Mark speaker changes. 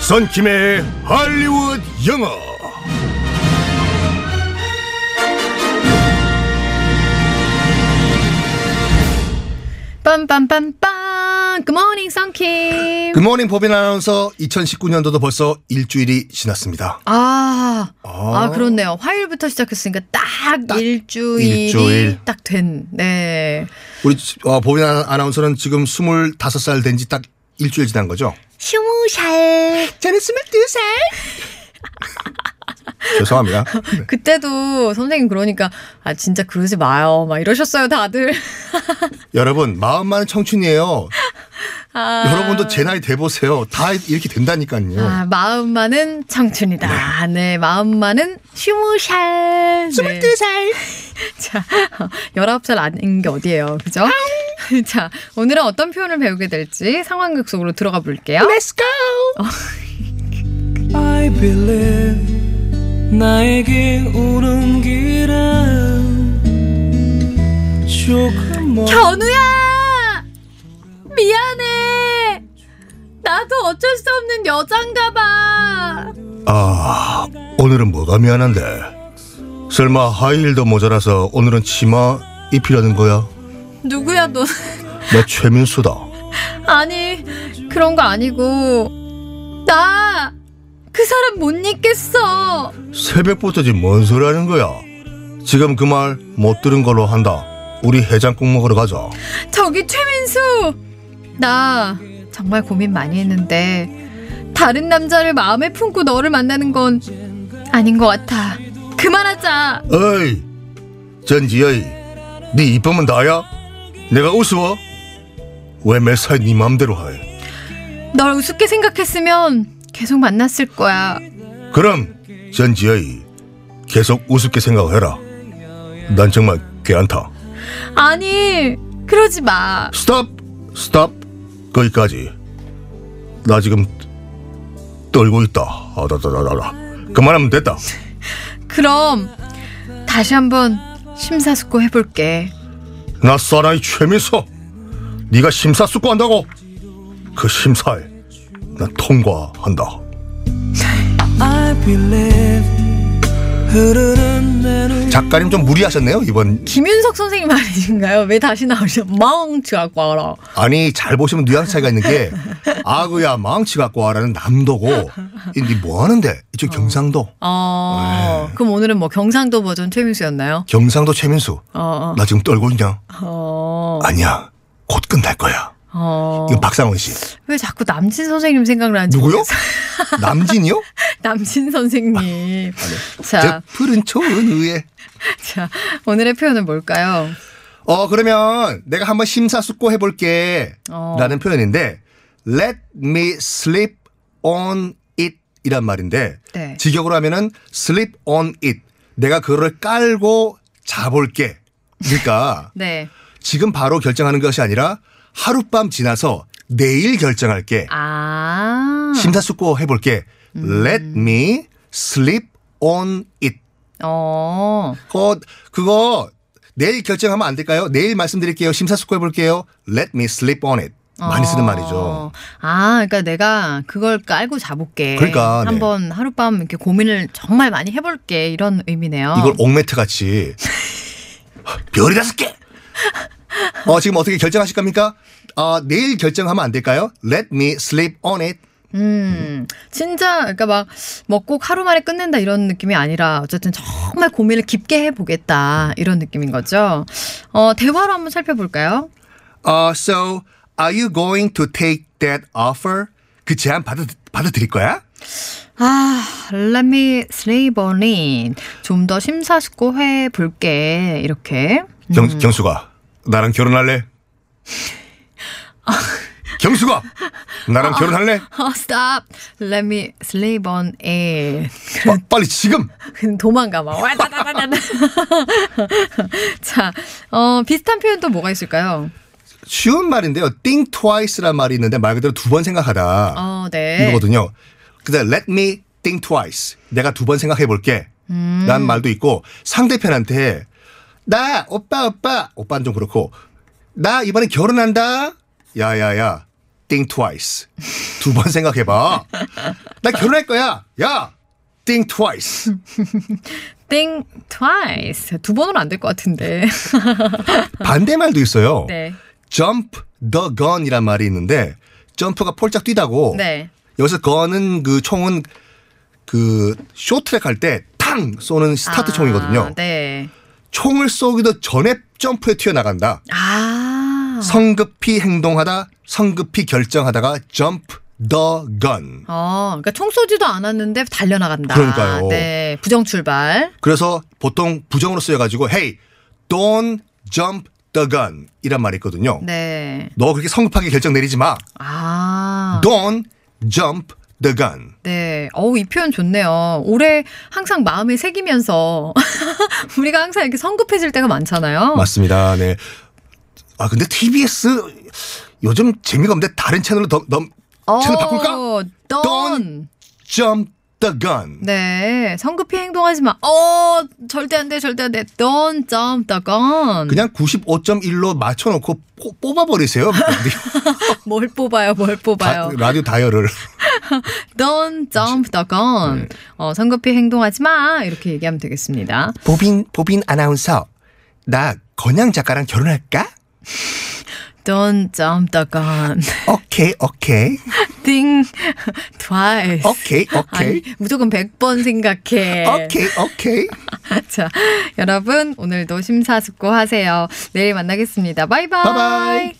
Speaker 1: 선킴의 할리우드 영어.
Speaker 2: 빰빰빰빰 굿모닝 썬킴
Speaker 1: 굿모닝 법인 아나운서 2019년도도 벌써 일주일이 지났습니다.
Speaker 2: 아,
Speaker 1: 아.
Speaker 2: 아, 그렇네요. 화요일부터 시작했으니까 딱,
Speaker 1: 딱
Speaker 2: 일주일이
Speaker 1: 일주일.
Speaker 2: 딱 된, 네.
Speaker 1: 우리 어, 법인 아- 아나운서는 지금 25살 된 지 딱 일주일 지난 거죠?
Speaker 2: 스무 살.
Speaker 1: 저는 22살. 죄송합니다. 네.
Speaker 2: 그때도 선생님 그러니까, 아, 진짜 그러지 마요. 막 이러셨어요, 다들.
Speaker 1: 여러분, 마음만은 청춘이에요.
Speaker 2: 아,
Speaker 1: 여러분도 제 나이 돼보세요. 다 이렇게 된다니까요.
Speaker 2: 아, 마음만은 청춘이다. 네, 마음만은 스무 살. 네.
Speaker 1: 22살.
Speaker 2: 자, 19살 아닌 게 어디예요. 그죠? 자, 오늘은 어떤 표현을 배우게 될지 상황극 속으로 들어가 볼게요.
Speaker 1: Let's go.
Speaker 3: I believe 나에게 오는 길은
Speaker 2: 어.
Speaker 3: 조금 멀
Speaker 2: 견우야! 미안해! 나도 어쩔 수 없는 여잔가 봐.
Speaker 1: 아, 오늘은 뭐가 미안한데? 설마 하이힐도 모자라서 오늘은 치마 입히려는 거야?
Speaker 2: 누구야, 너?
Speaker 1: 나 최민수다.
Speaker 2: 아니, 그런 거 아니고. 나! 그 사람 못 잊겠어!
Speaker 1: 새벽부터 지금 뭔 소리 하는 거야? 지금 그 말 못 들은 걸로 한다. 우리 해장국 먹으러 가자.
Speaker 2: 저기 최민수! 나 정말 고민 많이 했는데 다른 남자를 마음에 품고 너를 만나는 건 아닌 것 같아. 그만하자.
Speaker 1: 어이, 전지여이, 네 이쁨은 나야? 내가 우스워? 왜 매사에 네 맘대로 해?
Speaker 2: 널 우습게 생각했으면 계속 만났을 거야.
Speaker 1: 그럼 전지여이, 계속 우습게 생각해라. 난 정말 괜찮다.
Speaker 2: 아니 그러지 마.
Speaker 1: 스탑 스탑 거기까지 나 지금 떨고 있다 아다다다다 그만하면 됐다
Speaker 2: 그럼 다시 한번 심사숙고 해볼게.
Speaker 1: 나 사나이 최민서 네가 심사숙고한다고 그 심사에 난 통과한다
Speaker 3: I believe 흐르는 내 눈.
Speaker 1: 작가님 좀 무리하셨네요 이번
Speaker 2: 김윤석 선생님 아니신가요? 왜 다시 나오셔? 멍치 갖고 와라.
Speaker 1: 아니 잘 보시면 뉘앙스 차이가 있는 게 아그야 망치 갖고 와라는 남도고 이뭐 하는데 이쪽 경상도
Speaker 2: 어,
Speaker 1: 네.
Speaker 2: 그럼 오늘은 뭐 경상도 버전 최민수였나요?
Speaker 1: 경상도 최민수
Speaker 2: 어, 어,
Speaker 1: 나 지금 떨고 있냐
Speaker 2: 어.
Speaker 1: 아니야 곧 끝날 거야
Speaker 2: 어.
Speaker 1: 이거 박상원 씨
Speaker 2: 왜 자꾸 남진 선생님 생각나는지
Speaker 1: 누구요? 아,
Speaker 2: 모르겠어요.
Speaker 1: 남진이요?
Speaker 2: 남진
Speaker 1: 네.
Speaker 2: 선생님. 자,
Speaker 1: 푸른 초은 의에. 네.
Speaker 2: 자, 오늘의 표현은 뭘까요?
Speaker 1: 어 그러면 내가 한번 심사숙고 해볼게.
Speaker 2: 어.
Speaker 1: 라는 표현인데 let me sleep on it 이란 말인데
Speaker 2: 네.
Speaker 1: 직역으로 하면은 sleep on it. 내가 그거를 깔고 자볼게. 그러니까
Speaker 2: 네.
Speaker 1: 지금 바로 결정하는 것이 아니라 하룻밤 지나서 내일 결정할게.
Speaker 2: 아.
Speaker 1: 심사숙고 해볼게.
Speaker 2: 음.
Speaker 1: Let me sleep on it.
Speaker 2: 어.
Speaker 1: 그거, 그거 내일 결정하면 안 될까요? 내일 말씀드릴게요. 심사숙고 해볼게요. Let me sleep on it. 많이 쓰는
Speaker 2: 어.
Speaker 1: 말이죠.
Speaker 2: 아, 그러니까 내가 그걸 깔고 자볼게.
Speaker 1: 그러니까, 네.
Speaker 2: 한번 하룻밤 이렇게 고민을 정말 많이 해볼게. 이런 의미네요.
Speaker 1: 이걸 옥매트 같이 별이 다섯 개. 어 지금 어떻게 결정하실 겁니까? 아 내일 결정하면 안 될까요? Let me sleep on it.
Speaker 2: 음, 진짜, 그러니까 막, 뭐 꼭 하루 만에 끝낸다 이런 느낌이 아니라, 어쨌든 정말 고민을 깊게 해보겠다, 이런 느낌인 거죠. 어, 대화로 한번 살펴볼까요?
Speaker 1: 어 so are you going to take that offer? 그 제안 받아 받아들일 거야?
Speaker 2: 아, let me sleep on it. 좀 더 심사숙고 해볼게, 이렇게.
Speaker 1: 경, 경수가 나랑 결혼할래? 경수가 나랑 결혼할래?
Speaker 2: 어, stop. Let me sleep on it.
Speaker 1: 빠- 어, 빨리 지금
Speaker 2: 그냥 도망가, 막. 와다다다다다. 자, 어, 비슷한 표현 또 뭐가 있을까요?
Speaker 1: 쉬운 말인데요. Think twice란 말이 있는데 말 그대로 두 번 생각하다
Speaker 2: 어, 네.
Speaker 1: 이거거든요. 근데 let me think twice. 내가 두 번 생각해 볼게.
Speaker 2: 음.
Speaker 1: 라는 말도 있고 상대편한테 나 오빠 오빠 오빠는 좀 그렇고 나 이번에 결혼한다. 야야야 think twice. 두 번 생각해봐. 나 결혼할 거야. 야, think twice.
Speaker 2: Think twice. 두 번은 안 될 것 같은데.
Speaker 1: 반대말도 있어요.
Speaker 2: 네.
Speaker 1: jump the gun이란 말이 있는데 점프가 폴짝 뛰다고
Speaker 2: 네.
Speaker 1: 여기서 gun은 그 총은 그 쇼트랙 할 때 탕 쏘는 스타트
Speaker 2: 아,
Speaker 1: 총이거든요.
Speaker 2: 네.
Speaker 1: 총을 쏘기도 전에 점프에 튀어나간다.
Speaker 2: 아.
Speaker 1: 성급히 행동하다, 성급히 결정하다가 jump the gun.
Speaker 2: 어, 그러니까 총 쏘지도 않았는데 달려나간다.
Speaker 1: 그러니까요.
Speaker 2: 네, 부정 출발.
Speaker 1: 그래서 보통 부정으로 쓰여가지고 hey, don't jump the gun 이란 말이 있거든요.
Speaker 2: 네. 어.
Speaker 1: 너 그렇게 성급하게 결정 내리지 마.
Speaker 2: 아.
Speaker 1: don't jump the gun.
Speaker 2: 네. 어우, 이 표현 좋네요. 올해 항상 마음에 새기면서 우리가 항상 이렇게 성급해질 때가 많잖아요.
Speaker 1: 맞습니다. 네. 아 근데 TBS 요즘 재미가 없는데 다른 채널로 더, 넘
Speaker 2: 어,
Speaker 1: 채널 바꿀까?
Speaker 2: 던.
Speaker 1: Jump the gun.
Speaker 2: 네. 성급히 행동하지 마. 어, 절대 안 돼, 절대 안 돼. Don't jump the gun.
Speaker 1: 그냥 95.1로 맞춰놓고 뽀- 뽑아버리세요. 네.
Speaker 2: 뭘 뽑아요, 뭘
Speaker 1: 다-
Speaker 2: 뽑아요.
Speaker 1: 라디오 다이얼을. 네.
Speaker 2: Don't jump the gun. 어, 성급히 행동하지 마. 이렇게 얘기하면 되겠습니다.
Speaker 1: 보빈 보빈 아나운서 나 건양 작가랑 결혼할까?
Speaker 2: Don't jump the gun.
Speaker 1: 오케이 오케이
Speaker 2: Think twice.
Speaker 1: 오케이
Speaker 2: 아니, 네. 무조건 100번 생각해.
Speaker 1: 오케이.
Speaker 2: 자, 여러분, 오늘도 심사숙고하세요. 내일 만나겠습니다. 바이바이.
Speaker 1: 바이바이.